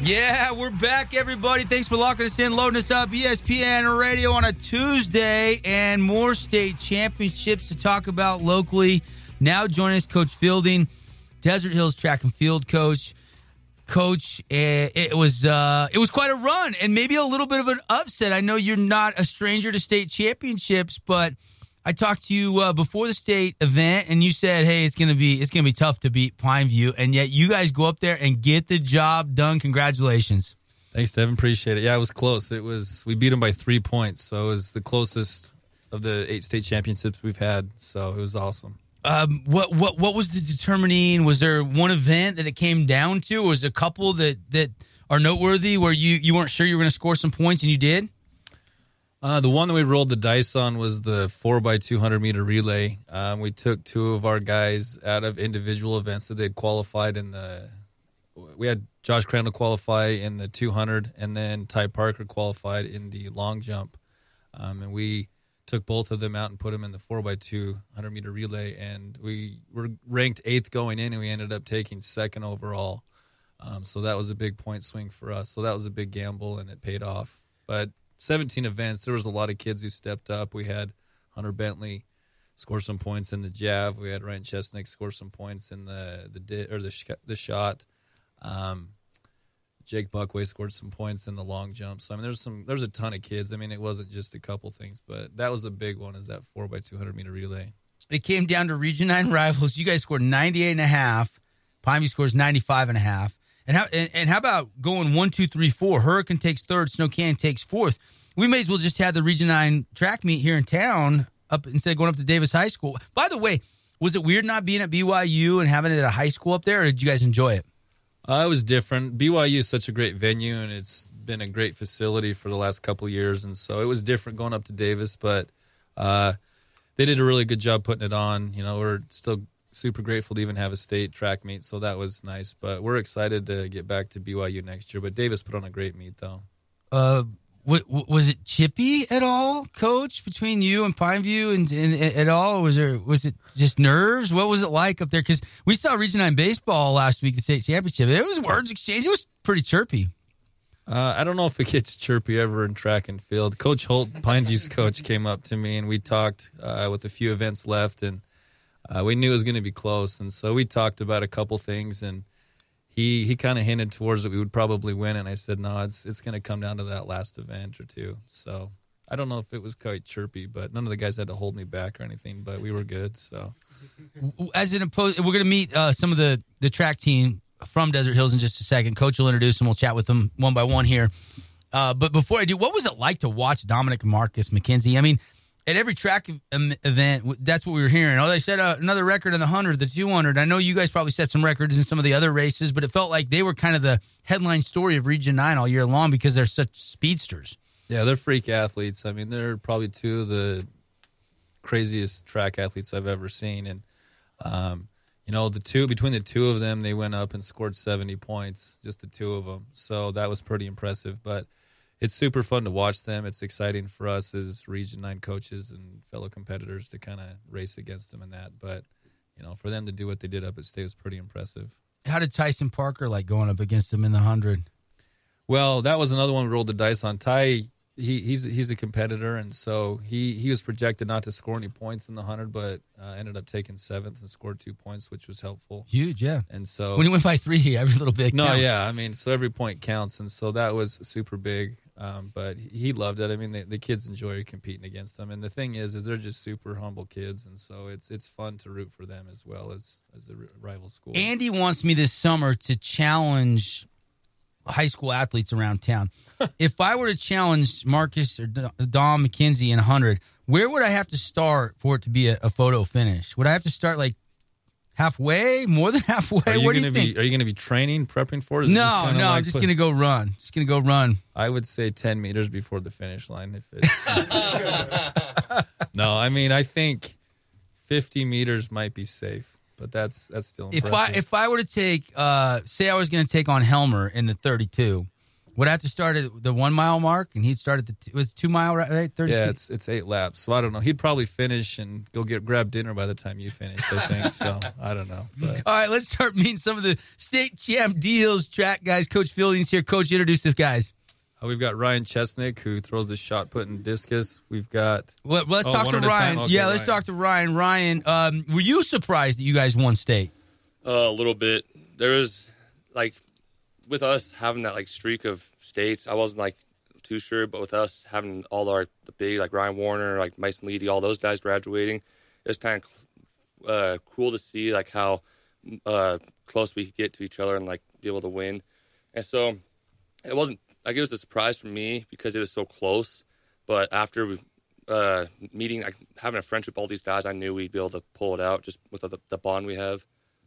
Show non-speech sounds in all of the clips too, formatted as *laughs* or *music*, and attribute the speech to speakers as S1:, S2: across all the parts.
S1: Yeah, we're back, everybody. Thanks for locking us in, loading us up. E ESPN Radio on a Tuesday, and more state championships to talk about locally. Now joining us, Coach Fielding, Desert Hills track and field coach. Coach, eh, it was uh, it was quite a run, and maybe a little bit of an upset. I know you're not a stranger to state championships, but I talked to you uh, before the state event, and you said, "Hey, it's gonna be it's gonna be tough to beat Pine View," and yet you guys go up there and get the job done. Congratulations!
S2: Thanks, Devin. Appreciate it. Yeah, it was close. It was we beat them by three points, so it was the closest of the eight state championships we've had. So it was awesome.
S1: Um, what what what was the determining? Was there one event that it came down to? Or was there a couple that that are noteworthy where you you weren't sure you were gonna score some points and you did?
S2: Uh, the one that we rolled the dice on was the four by two hundred meter relay. Um, we took two of our guys out of individual events that they'd qualified in the. We had Josh Crandall qualify in the two hundred, and then Ty Parker qualified in the long jump, um, and we took both of them out and put them in the four by two hundred meter relay, and we were ranked eighth going in, and we ended up taking second overall. Um, so that was a big point swing for us. So that was a big gamble, and it paid off. But 17 events. There was a lot of kids who stepped up. We had Hunter Bentley score some points in the jab. We had Ryan Chesnick score some points in the the di- or the sh- the shot. Um, Jake Buckway scored some points in the long jump. So I mean, there's some there's a ton of kids. I mean, it wasn't just a couple things, but that was the big one is that four by 200 meter relay.
S1: It came down to Region 9 rivals. You guys scored 98 and a half. Pine View scores 95 and a half. And how and, and how about going one, two, three, four? Hurricane takes third, Snow Cannon takes fourth. We may as well just have the Region Nine track meet here in town up instead of going up to Davis High School. By the way, was it weird not being at BYU and having it at a high school up there, or did you guys enjoy it?
S2: Uh, it was different. BYU is such a great venue, and it's been a great facility for the last couple of years, and so it was different going up to Davis, but uh, they did a really good job putting it on. You know, we're still super grateful to even have a state track meet, so that was nice. But we're excited to get back to BYU next year. But Davis put on a great meet, though.
S1: Uh, w- w- was it chippy at all, Coach, between you and Pineview and, and, and at all? Was there was it just nerves? What was it like up there? Because we saw Region Nine baseball last week, the state championship. It was words exchange. It was pretty chirpy.
S2: Uh, I don't know if it gets chirpy ever in track and field. Coach Holt, Pineview's coach, came up to me and we talked uh, with a few events left, and uh, we knew it was going to be close, and so we talked about a couple things, and he he kind of hinted towards that we would probably win, and I said, no, it's it's going to come down to that last event or two. So I don't know if it was quite chirpy, but none of the guys had to hold me back or anything, but we were good. So
S1: As an opposed, we're going to meet uh, some of the the track team from Desert Hills in just a second. Coach will introduce them. We'll chat with them one by one here. Uh, but before I do, what was it like to watch Dominic Marcus McKenzie? I mean, at every track e-, em- event, w- that's what we were hearing. Oh, they set a, another record in the 100, the 200. I know you guys probably set some records in some of the other races, but it felt like they were kind of the headline story of Region 9 all year long because they're such speedsters.
S2: yeah, they're freak athletes. I mean, they're probably two of the craziest track athletes I've ever seen, and um, you know the two between the two of them, they went up and scored seventy points, just the two of them. So that was pretty impressive, but. it's super fun to watch them. It's exciting for us as Region Nine coaches and fellow competitors to kind of race against them in that. But you know, for them to do what they did up at state was pretty impressive.
S1: How did Tyson Parker like going up against him in the 100?
S2: Well, that was another one we rolled the dice on. Ty, he, he's he's a competitor, and so he he was projected not to score any points in the hundred, but uh, ended up taking seventh and scored two points, which was helpful.
S1: Huge, yeah.
S2: And so
S1: When he went by three, *laughs* every little bit.
S2: No,
S1: counts.
S2: yeah, I mean, so every point counts, and so that was super big. Um, but he- he loved it. I mean, the, the kids enjoy competing against them, and the thing is, is they're just super humble kids, and so it's it's fun to root for them as well as as a ri- rival school.
S1: Andy wants me this summer to challenge high school athletes around
S2: *laughs*
S1: town. if I were to challenge Marcus or D- Dom McKenzie in 100, where would I have to start for it to be a, a photo finish? Would I have to start like halfway, more than *laughs* halfway?
S2: are you
S1: what do
S2: gonna
S1: you
S2: be
S1: think?
S2: Are you gonna be training, prepping for? it? Is it just
S1: no,
S2: kinda
S1: no,
S2: like
S1: I'm just
S2: put-
S1: going to go run. Just going to go run.
S2: I would say ten meters before the finish line. If it. no, I mean, I think fifty meters might be safe, but that's that's still
S1: If
S2: impressive.
S1: I if I were to take uh say I was going to take on Helmer in the 32, Would I have to start at the one mile mark, and he'd start at the t- it was two mile right? right? Thirty.
S2: Yeah, it's it's eight laps. So I don't know. He'd probably finish and go get grab dinner by the time you finish. I think so. I don't know. But
S1: All right, let's start meeting some of the state champ deals track guys. Coach Fielding's here. Coach, introduce the guys.
S2: uh, we've got Ryan Chesnick who throws the shot put and discus. We've got
S1: Well, let's
S2: Oh,
S1: talk
S2: one
S1: to
S2: at a time?
S1: Ryan.
S2: Okay,
S1: yeah, let's
S2: Ryan.
S1: talk to Ryan. Ryan, um, were you surprised that you guys won state?
S3: Uh, a little bit. There was like with us having that like streak of states, I wasn't like too sure, but with us having all our the big like Ryan Warner, like Mason Leedy, all those guys graduating, it was kind of uh, cool to see like how uh, close we could get to each other and like be able to win. And so it wasn't like it was a surprise for me because it was so close. But after we, uh, meeting, like having a friendship, with all these guys, I knew we'd be able to pull it out just with the, the bond we have.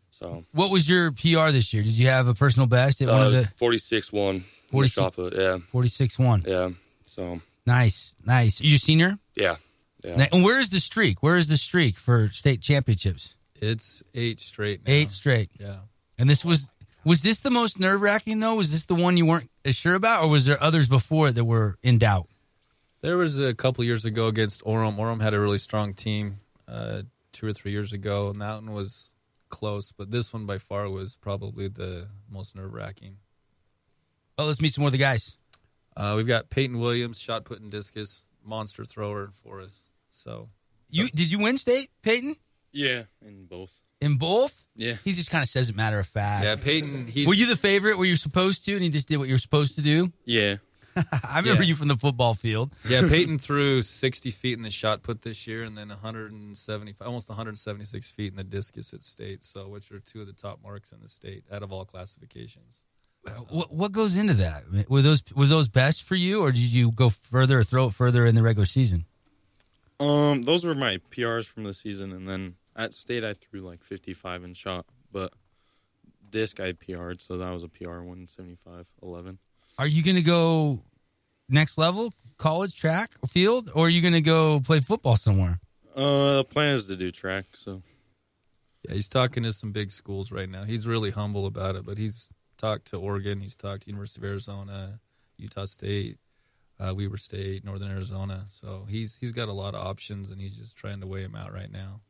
S3: So
S1: What was your PR this year? Did you have a personal best at one
S3: uh,
S1: of
S3: it was
S1: the
S3: 46 1.
S1: 46.
S3: 46 shot put. Yeah.
S1: forty-six one?
S3: Yeah. So,
S1: Nice, nice. Are you a senior?
S3: yeah. Yeah.
S1: Now- And where is the streak? Where is the streak for state championships?
S2: it's eight straight. Now.
S1: Eight straight.
S2: Yeah.
S1: And this was was this the most nerve wracking though? Was this the one you weren't as sure about, or was there others before that were in doubt?
S2: There was a couple years ago against Orem. Orem had a really strong team uh, two or three years ago, and that one was close. But this one by far was probably the most nerve wracking.
S1: Oh, let's meet some more of the guys.
S2: Uh, we've got Peyton Williams, shot put and discus, monster thrower for us. So
S1: You did you win state, Peyton?
S4: Yeah, in both.
S1: In both?
S4: Yeah.
S1: He just kind of says it matter of fact.
S2: yeah, Peyton. He's
S1: Were you the favorite? Were you supposed to? And he just did what you were supposed to do. *laughs*
S4: Yeah.
S1: I remember
S2: Yeah.
S1: you from the football field.
S2: yeah. Peyton threw sixty feet in the shot put this year, and then one hundred and seventy, almost one hundred and seventy six feet in the discus at state. So which are two of the top marks in the state out of all classifications.
S1: What, what goes into that? Were those was those best for you, or did you go further or throw it further in the regular season?
S4: Um, those were my PRs from the season, and then at state I threw like 55 and shot, but disc I PR'd, so that was a PR 175 11.
S1: Are you going to go next level, college track field, or are you going to go play football somewhere?
S4: Uh, the plan is to do track, so
S2: Yeah, he's talking to some big schools right now. He's really humble about it, but he's talked to Oregon, he's talked to University of Arizona, Utah State, uh, Weber State, Northern Arizona. So he's he's got a lot of options, and he's just trying to weigh them out right now.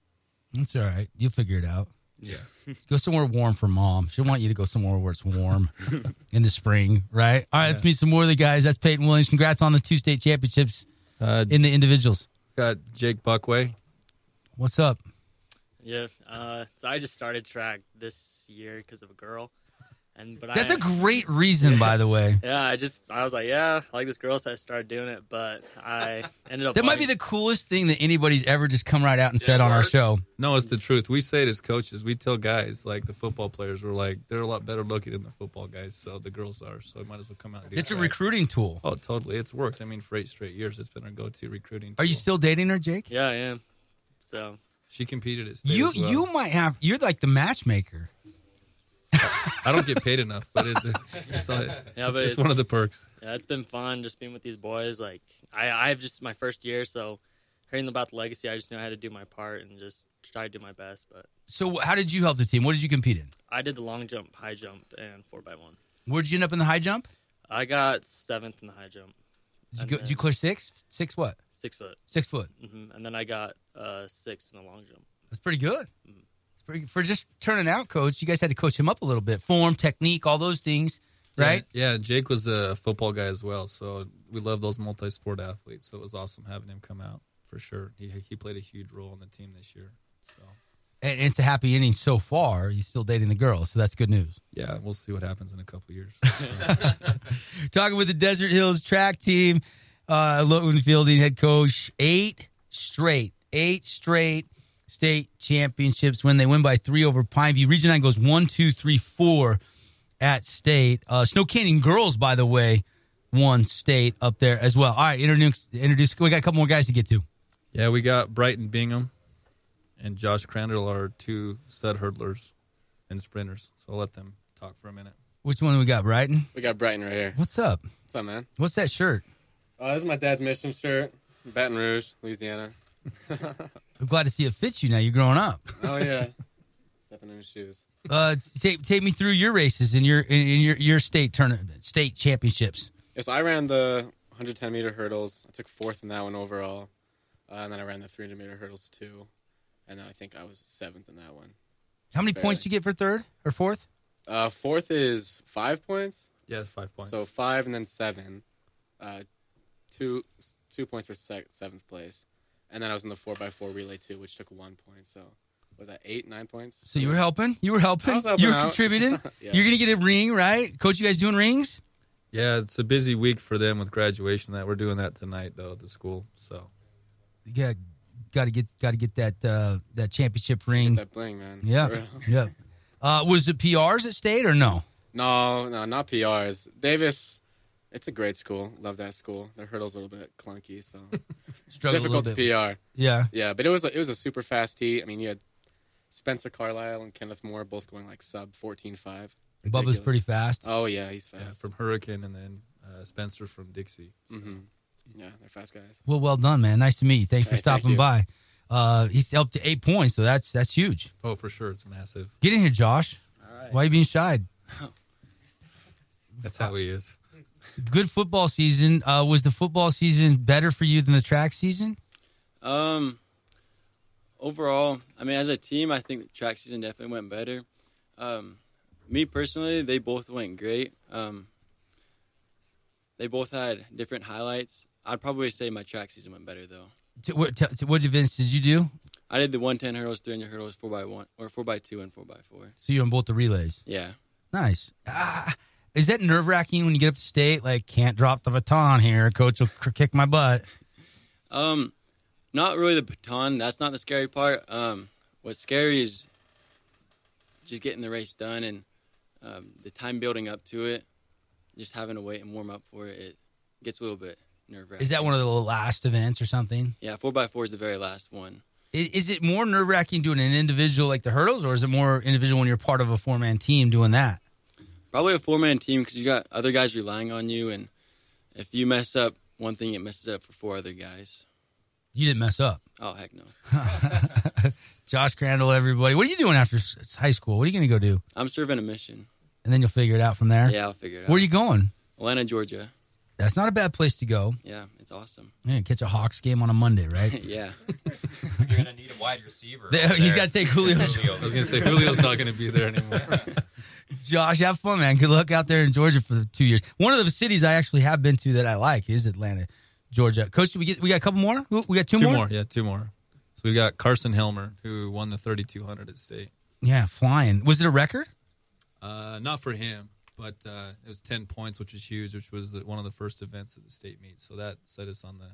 S1: That's all right. You'll figure it out.
S4: yeah.
S1: *laughs* Go somewhere warm for mom. She'll want you to go somewhere where it's warm in the spring, right? All right, let's meet some more of the guys. That's Peyton Williams. Congrats on the two state championships
S2: Uh,
S1: in the individuals.
S2: got Jake Buckway.
S1: What's up?
S5: Yeah. Uh, so I just started track this year because of a girl, and but
S1: That's
S5: I,
S1: a great reason, by the way.
S5: *laughs* yeah. I just I was like, yeah, I like this girl, so I started doing it. But
S1: *laughs*
S5: I ended up
S1: That might be the coolest thing that anybody's ever just come right out and said on our show.
S2: No, it's the truth. We say it as coaches. We tell guys like the football players. We're like they're a lot better looking than the football guys. So the girls are. So might as well come out. And do
S1: It's a
S2: track.
S1: recruiting tool.
S2: Oh, totally. It's worked. I mean, for eight straight years, it's been our go-to recruiting.
S1: Are you
S2: tool.
S1: still dating her, Jake?
S5: yeah, I am. So
S2: She competed at state.
S1: You
S2: as well.
S1: you might have. You're like the matchmaker.
S2: I don't get paid enough, but it's *laughs* it's, all- it's-
S5: but
S2: it's
S5: it-
S2: one of the perks.
S5: yeah, it's been fun just being with these boys. Like I I've just my first year, so hearing about the legacy, I just knew I had to do my part and just try to do my best. But
S1: So how did you help the team? What did you compete in?
S5: I did the long jump, high jump, and four by one.
S1: Where'd you end up in the high jump?
S5: I got seventh in the high jump,
S1: Did you, go, did you clear six? Six what?
S5: six foot,
S1: Six foot.
S5: hmm and then I got uh, six in the long jump.
S1: That's pretty good. It's pretty for just turning out, coach. You guys had to coach him up a little bit. Form, technique, all those things, right?
S2: Yeah, yeah, Jake was a football guy as well, so we love those multi-sport athletes. So it was awesome having him come out for sure. He he played a huge role on the team this year. So
S1: And and it's a happy ending so far. He's still dating the girl, so that's good news.
S2: yeah, we'll see what happens in a couple years.
S1: Talking with the Desert Hills track team, uh, Logan Fielding head coach. Eight straight, eight straight state championships when they win by three over Pineview. Region 9 goes one, two, three, four at state. Uh, Snow Canyon girls, by the way, won state up there as well. All right, introduce, introduce. We got a couple more guys to get to.
S2: *laughs* yeah, we got Brighton Bingham and Josh Crandall are two stud hurdlers and sprinters. So I'll let them talk for a minute.
S1: Which one we got, Brighton?
S6: We got Brighton right here.
S1: What's up?
S6: What's up, man?
S1: What's that shirt?
S6: Uh, this is my dad's mission shirt, Baton Rouge, Louisiana. *laughs*
S1: *laughs* I'm glad to see it fits you now. You're growing up.
S6: Oh yeah, Stepping in his shoes.
S1: Uh, take take me through your races in your in, in your your state tournament, state championships.
S6: Yeah, so I ran the 110 meter hurdles. I took fourth in that one overall, uh, and then I ran the 300 meter hurdles too, and then I think I was seventh in that one.
S1: How many
S6: Fair.
S1: points do you get for third or fourth?
S6: Uh, fourth is five points,
S2: Yeah, it's five points.
S6: so five and then seven, uh, two two points for sec- seventh place, and then I was in the four x four relay too, which took one point. So was that eight nine points?
S1: So you were helping. You were helping.
S6: I was helping
S1: you were
S6: out.
S1: contributing.
S6: *laughs* Yeah.
S1: You're gonna get a ring, right, Coach? You guys doing rings?
S2: yeah, it's a busy week for them with graduation. That we're doing that tonight though at the school. So
S1: Yeah, got to get got to get that uh, that championship ring.
S6: Get that bling, man. For
S1: Yeah,
S6: real.
S1: yeah. Uh, was it PRs at state or no?
S6: No, no, not PRs. Davis, it's a great school. Love that school. Their hurdles a little bit
S1: *laughs*
S6: clunky, so
S1: Struggled
S6: difficult
S1: a
S6: to
S1: little bit.
S6: PR.
S1: Yeah,
S6: Yeah, but it was a, it was a super fast heat. I mean, you had Spencer Carlisle and Kenneth Moore both going like sub 14.5.
S1: Bubba's pretty fast.
S6: Oh yeah, he's fast.
S2: yeah, uh, Mm-hmm. from Hurricane and then uh, Spencer from Dixie. So.
S6: hmm Yeah, they're fast guys.
S1: Well, well done, man. Nice to meet you. Thanks for
S6: Hey, thank
S1: stopping
S6: you.
S1: by. Uh, he's up to eight points, so that's that's huge.
S2: Oh, for sure, it's massive.
S1: Get in here, Josh. Why you being shy?
S2: That's how he *laughs* is.
S1: Good football season. Uh, was the football season better for you than the track season?
S7: Um, overall, I mean, as a team, I think the track season definitely went better. Um, me personally, they both went great. Um, they both had different highlights. I'd probably say my track season went better though.
S1: T- what t- t- what events did you do?
S7: I did the 110 hurdles, 300 hurdles, 4x1 or 4x2 and 4x4.
S1: So you're on both the relays.
S7: Yeah.
S1: Nice. Ah, is that nerve wracking when you get up to state? Like, can't drop the baton here. Coach will cr- kick my butt.
S7: Um, not really the baton. That's not the scary part. Um, what's scary is just getting the race done and um, the time building up to it. Just having to wait and warm up for it. It gets a little bit nerve wracking.
S1: Is that one of the last events or something?
S7: Yeah, four by four is the very last one.
S1: I- Is it more nerve wracking doing an individual like the hurdles, or is it more individual when you're part of a four man team doing that?
S7: Probably a four man team because you got other guys relying on you, and if you mess up one thing, it messes up for four other guys.
S1: You didn't mess up.
S7: Oh heck no!
S1: Josh Crandall, everybody. What are you doing after s- s- high school? What are you going to go do?
S7: I'm serving a mission.
S1: And then you'll figure it out from there.
S7: Yeah, I'll figure it out.
S1: Where are you going?
S7: Atlanta, Georgia.
S1: That's not a bad place to go.
S7: Yeah, it's awesome. *laughs*
S1: Yeah, catch a Hawks game on a Monday,
S2: *laughs*
S1: right?
S7: yeah.
S8: You're gonna need a wide receiver.
S1: There-
S8: over
S1: *laughs* he's
S8: there.
S1: got to take Julio.
S8: Julio.
S2: I was gonna say Julio's not gonna be there anymore.
S1: *laughs* Josh, have fun, man. Good luck out there in Georgia for the two years. One of the cities I actually have been to that I like is Atlanta, Georgia. Coach, do we get we got a couple more. We got two,
S2: *laughs* two more? yeah, two more. So we got Carson Helmer who won the 3200 at state.
S1: Yeah, flying. Was it a record?
S2: Uh, not for him, but uh, it was 10 points, which was huge, which was the, one of the first events at the state meet. So that set us on the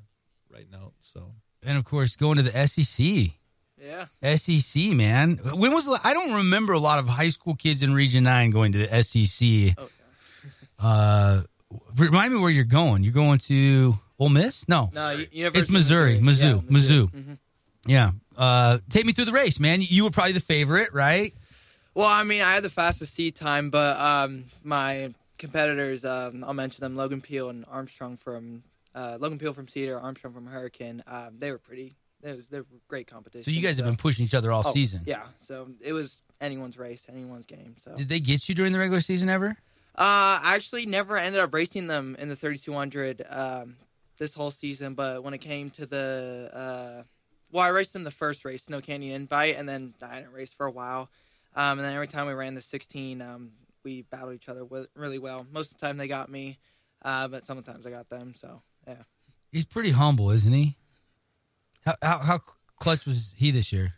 S2: right note. So
S1: And of course, going to the E SEC.
S5: Yeah.
S1: SEC, E man. When was the- I don't remember a lot of high school kids in Region Nine going to the SEC.
S5: Oh,
S1: uh, remind me where you're going. You're going to Ole Miss? No,
S8: No, you- University
S1: it's Missouri,
S8: of
S1: Mizzou,
S8: Yeah, Mm-hmm.
S1: Mizzou. Yeah. Uh, take me through the race, man. You were probably the favorite, right?
S8: Well, I mean, I had the fastest seat time, but um, my competitors, um, I'll mention them: Logan Peel and Armstrong from uh, Logan Peel from Cedar, Armstrong from Hurricane. Um, they were pretty. It was they were great competition.
S1: So you guys have been pushing each other all
S8: Oh,
S1: season.
S8: Yeah, so it was anyone's race, anyone's game. So
S1: Did they get you during the regular season ever?
S8: Uh, I actually never ended up racing them in the 3200 um, this whole season, but when it came to the, uh, well, I raced them the first race, Snow Canyon Invite, and then I didn't race for a while. Um, and then every time we ran the 16, um, we battled each other wi- really well. Most of the time they got me, uh, but sometimes I got them. So
S1: He's pretty humble, isn't he? How how, how clutch was he this year?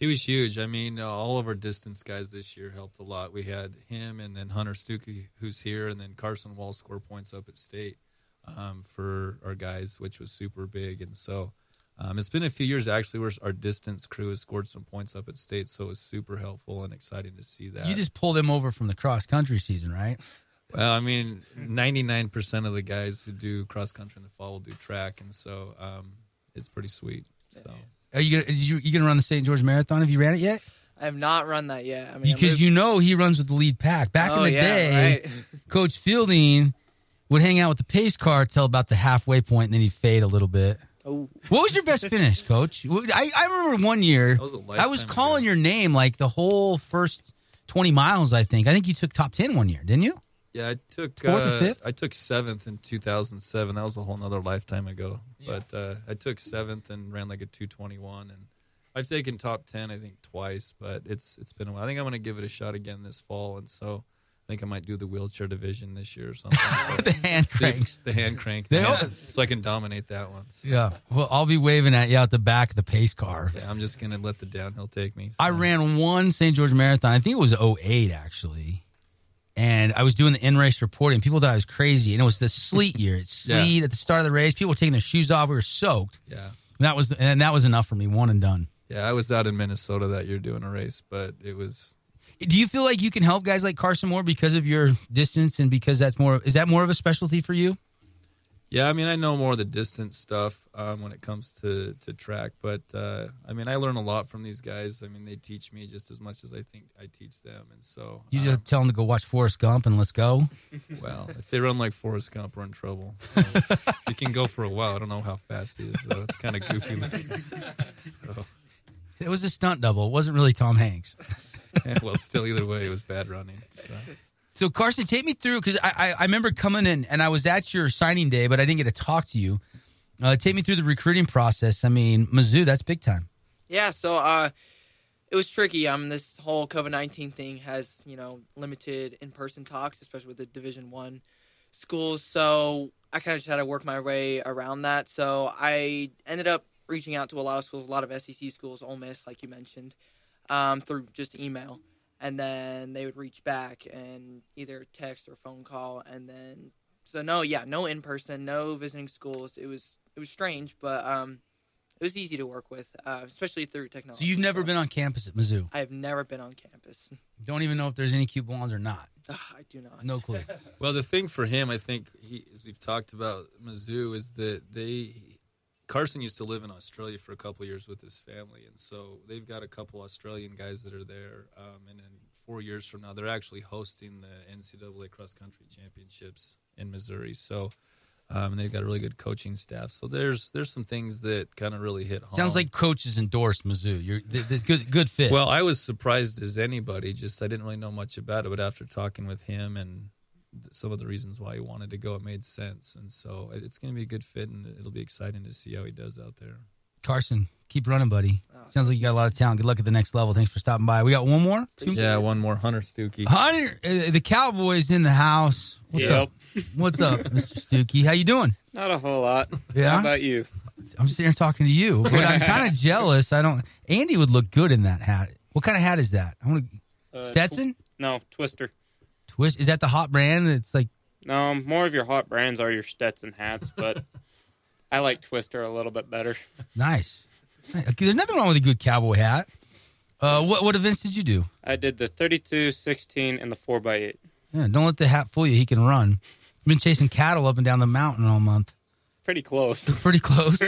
S2: he was huge. I mean, uh, all of our distance guys this year helped a lot. We had him and then Hunter Stuckey, who's here, and then Carson Wall score points up at state um, for our guys, which was super big. And so um, it's been a few years actually where our distance crew has scored some points up at state. So it was super helpful and exciting to see that.
S1: You just pulled him over from the cross country season, right?
S2: Well, I mean, ninety nine percent of the guys who do cross country in the fall will do track, and so um, it's pretty sweet. So
S1: Are you gonna, is you, you gonna run the St. George Marathon? Have you ran it yet?
S8: I have not run that yet. I mean, I
S1: Because
S8: moved-
S1: you know he runs with the lead pack. Back in
S8: Oh,
S1: the
S8: yeah,
S1: day, *laughs*
S8: right.
S1: Coach Fielding would hang out with the pace car till about the halfway point, and then he'd fade a little bit.
S8: Oh,
S1: What was your
S8: *laughs*
S1: best finish, Coach? I, I remember one year
S2: was a
S1: I was calling your name like the whole first twenty miles. I think I think you took top ten one year, didn't you? *laughs*
S2: Yeah, I took
S1: Fourth or
S2: uh,
S1: fifth?
S2: I took seventh in 2007. That was a whole nother lifetime ago. But uh, I took seventh and ran like a 221. And I've taken top 10, I think, twice. But it's it's been a while. I think I'm going to give it a shot again this fall. And so I think I might do the wheelchair division this year
S1: *laughs*
S2: or something. But
S1: the hand
S2: see if-
S1: cranks.
S2: the hand crank.
S1: They
S2: Yeah,
S1: all-
S2: so I can dominate that one. So,
S1: Yeah. Well, I'll be waving at you out the back of the pace car.
S2: yeah, I'm just going to let the downhill take me.
S1: I
S2: So,
S1: ran one St. George Marathon. I think it was 08, actually. And I was doing the in race reporting. People thought I was crazy. And it was the
S2: *laughs*
S1: sleet year. It's
S2: Yeah.
S1: sleet at the start of the race. People were taking their shoes off. We were soaked.
S2: Yeah.
S1: And that was and that was enough for me. One and done.
S2: Yeah, I was out in Minnesota that year doing a race, but it was
S1: Do you feel like you can help guys like Carson Moore because of your distance and because that's more is that more of a specialty for you?
S2: Yeah, I mean, I know more of the distance stuff um, when it comes to, to track, but uh, I mean, I learn a lot from these guys. I mean, they teach me just as much as I think I teach them. And so,
S1: You
S2: um,
S1: just tell them to go watch Forrest Gump and let's go.
S2: well, if they run like Forrest Gump, we're in
S1: *laughs*
S2: trouble. So he can go for a while. I don't know how fast he is, though. It's kind of
S1: *laughs*
S2: goofy looking. So,
S1: It was a stunt double. It wasn't really Tom Hanks.
S2: yeah, well, still, either way, it was bad running. So.
S1: So Carson, take me through because I, I I remember coming in and I was at your signing day, but I didn't get to talk to you. Uh, take me through the recruiting process. I mean, Mizzou, that's big time.
S8: yeah. So uh, it was tricky. Um, this whole COVID nineteen thing has you know limited in person talks, especially with the Division One schools. So I kind of just had to work my way around that. So I ended up reaching out to a lot of schools, a lot of SEC schools, Ole Miss, like you mentioned, um, through just email, and then they would reach back and either text or phone call, and then so no, yeah, no in person, no visiting schools. It was it was strange, but um, it was easy to work with, uh, especially through
S1: So
S8: technology.
S1: you've never been on campus at Mizzou.
S8: I have never been on campus. *laughs*
S1: Don't even know if there's any cute blondes or not.
S8: Ugh, I do not.
S1: No clue.
S2: Well, the thing for him, I think, he, as we've talked about Mizzou, is that they Carson used to live in Australia for a couple of years with his family, and so they've got a couple Australian guys that are there. Um, and then four years from now, they're actually hosting the NCAA cross country championships in Missouri. So. Um, and they've got a really good coaching staff, so there's there's some things that kind of really hit home.
S1: Sounds like coach has endorsed Mizzou. You're th- this good good fit.
S2: *laughs* Well, I was surprised as anybody. Just I didn't really know much about it, but after talking with him and th- some of the reasons why he wanted to go, it made sense. And so it- it's going to be a good fit, and it'll be exciting to see how he does out there.
S1: Carson, keep running, buddy.
S8: Oh.
S1: Sounds like you got a lot of talent. Good luck at the next level. Thanks for stopping by. We got one more. Two?
S2: Yeah, one more Hunter Stuckey.
S1: Hunter, uh, the Cowboys in the house. What's
S4: Yep.
S1: up? What's up, *laughs* Mr. Stuckey? How you doing?
S7: Not a whole lot.
S1: Yeah?
S7: How about you?
S1: I'm sitting here talking to you, but I'm kind of jealous. I don't. Andy would look good in that hat. What kind of hat is that? I want to
S7: Uh,
S1: Stetson
S9: No, Twister.
S1: Twist. Is that the hot brand? It's like
S9: No, more of your hot brands are your Stetson hats,
S1: *laughs*
S9: but I like Twister a little bit better.
S1: nice. Okay, There's nothing wrong with a good cowboy hat. Uh, what what events did you do?
S9: I did the 32, 16, and the 4x8.
S1: Yeah, don't let the hat fool you. He can run. He's been chasing cattle up and down the mountain all month.
S9: Pretty close. *laughs*
S1: Pretty close.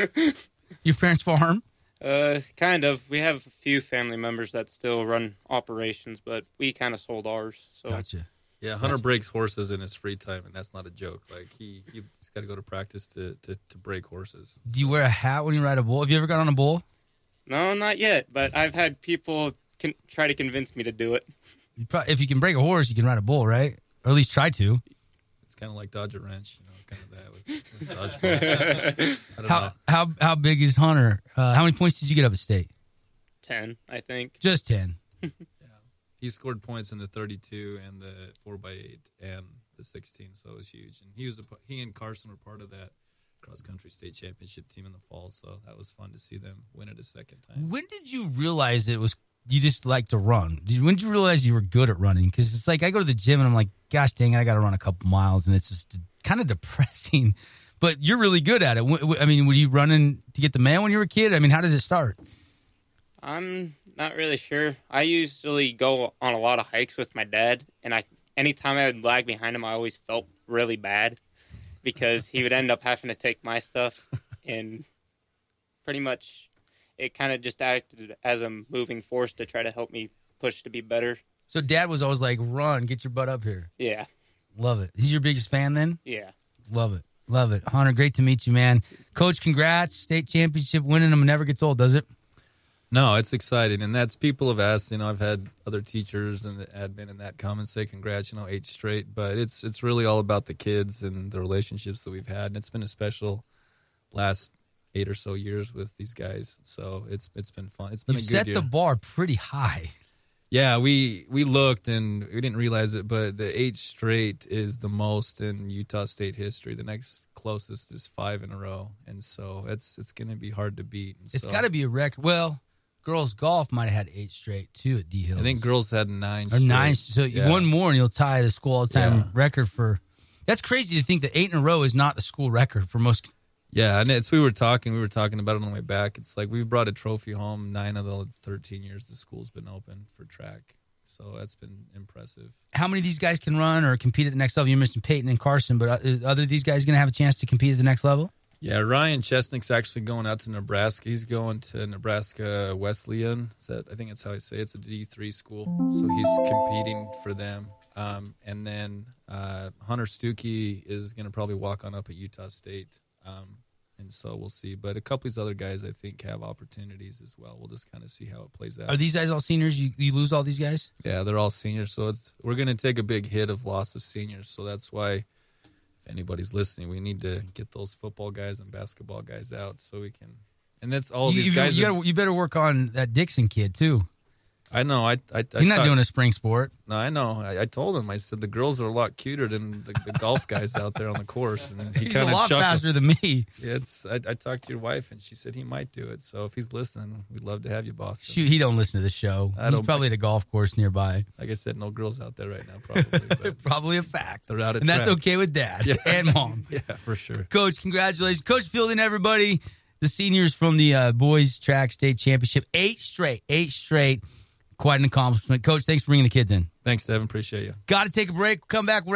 S1: Your parents' farm.
S9: Uh, kind of. We have a few family members that still run operations, but we kind of sold ours.
S4: Oh.
S9: So
S1: Gotcha.
S2: Yeah, Hunter breaks horses in his free time, and that's not a joke. Like he he's got to go to practice to, to to break horses.
S1: Do you wear a hat when you ride a bull? Have you ever gone on a bull?
S9: no, not yet. But I've had people con- try to convince me to do it.
S1: You probably, if you can break a horse, you can ride a bull, right? Or at least try to.
S2: It's kind of like Dodge a wrench, you know, kind of that with, with Dodge. horses. I don't know.
S1: How how how big is Hunter? Uh, how many points did you get up at state?
S9: Ten, I think.
S1: Just ten.
S2: he scored points in the 32 and the 4 by 8 and the 16 so it was huge and he was a, p- he and carson were part of that cross country state championship team in the fall so that was fun to see them win it a second time
S1: When did you realize it was you just like to run? Did- When did you realize you were good at running? Because it's like I go to the gym and I'm like, gosh dang it, I got to run a couple miles, and it's just kind of depressing. *laughs* But you're really good at it. Wh- wh- I mean, were you running to get the man when you were a kid? I mean, how does it start?
S9: I'm not really sure. I usually go on a lot of hikes with my dad, and I anytime I would lag behind him, I always felt really bad because he would end up having to take my stuff, and pretty much it kind of just acted as a moving force to try to help me push to be better.
S1: So dad was always like, run, get your butt up here.
S9: Yeah,
S1: Love it. He's your biggest fan then?
S9: yeah.
S1: Love it. Love it. Hunter, great to meet you, man. Coach, congrats. State championship winning them never gets old, does it?
S2: No, it's exciting, and that's people have asked. You know, I've had other teachers and the admin and that come and say congrats, you know, eight straight. But it's it's really all about the kids and the relationships that we've had, and it's been a special last eight or so years with these guys. So it's it's been fun. It's been
S1: You
S2: a good
S1: set
S2: year.
S1: the bar pretty high.
S2: Yeah, we we looked and we didn't realize it, but the eight straight is the most in Utah State history. The next closest is five in a row, and so it's it's going to be hard to beat. And
S1: It's
S2: so-
S1: got to be a record. Well, girls golf might have had eight straight too at D Hills.
S2: I think girls had nine.
S1: or nine.
S2: straight.
S1: So
S2: Yeah.
S1: one more and you'll tie the school all time
S2: Yeah.
S1: record for. That's crazy to think that eight in a row is not the school record for most.
S2: Yeah, and it's we were talking, we were talking about it on the way back. It's like we've brought a trophy home nine of the thirteen years the school's been open for track, so that's been impressive.
S1: How many of these guys can run or compete at the next level? You mentioned Peyton and Carson, but are- are other of these guys going to have a chance to compete at the next level?
S2: Yeah, Ryan Chesnick's actually going out to Nebraska. He's going to Nebraska Wesleyan. Is that I think that's how I say it. it's a D three school. So he's competing for them. Um, and then uh, Hunter Stuckey is going to probably walk on up at Utah State. Um, and so we'll see. But a couple of these other guys I think have opportunities as well. We'll just kind of see how it plays out.
S1: Are these guys all seniors? You, you lose all these guys?
S2: Yeah, they're all seniors, so it's we're going to take a big hit of loss of seniors. So that's why, if anybody's listening, we need to get those football guys and basketball guys out so we can. And that's all
S1: you,
S2: these
S1: you-
S2: guys.
S1: you
S2: are-
S1: gotta- you better work on that Dixon kid too.
S2: I know. I. I, I
S1: You're not
S2: thought-
S1: doing a spring sport.
S2: No, I know. I, I told him. I said the girls are a lot cuter than the, the golf guys out there on the course, and he
S1: He's a
S2: kind of
S1: lot
S2: chuckled.
S1: faster than me.
S2: Yeah, it's. I, I talked to your wife, and she said he might do it. So if he's listening, we'd love to have you, Boston.
S1: Shoot, he don't listen to the show.
S2: I
S1: He's
S2: don't
S1: probably at a golf course nearby. *laughs*
S2: Like I said, no girls out there right now, probably. But
S1: Probably a fact.
S2: they're out at
S1: And that's
S2: track.
S1: okay with dad
S2: Yeah.
S1: and mom.
S2: Yeah, for sure.
S1: Coach, congratulations. Coach Fielding, everybody. The seniors from the uh, boys track state championship. Eight straight, eight straight. Quite an accomplishment. Coach, thanks for bringing the kids in.
S2: Thanks, Evan. Appreciate you.
S1: Got to take a break. Come back. We're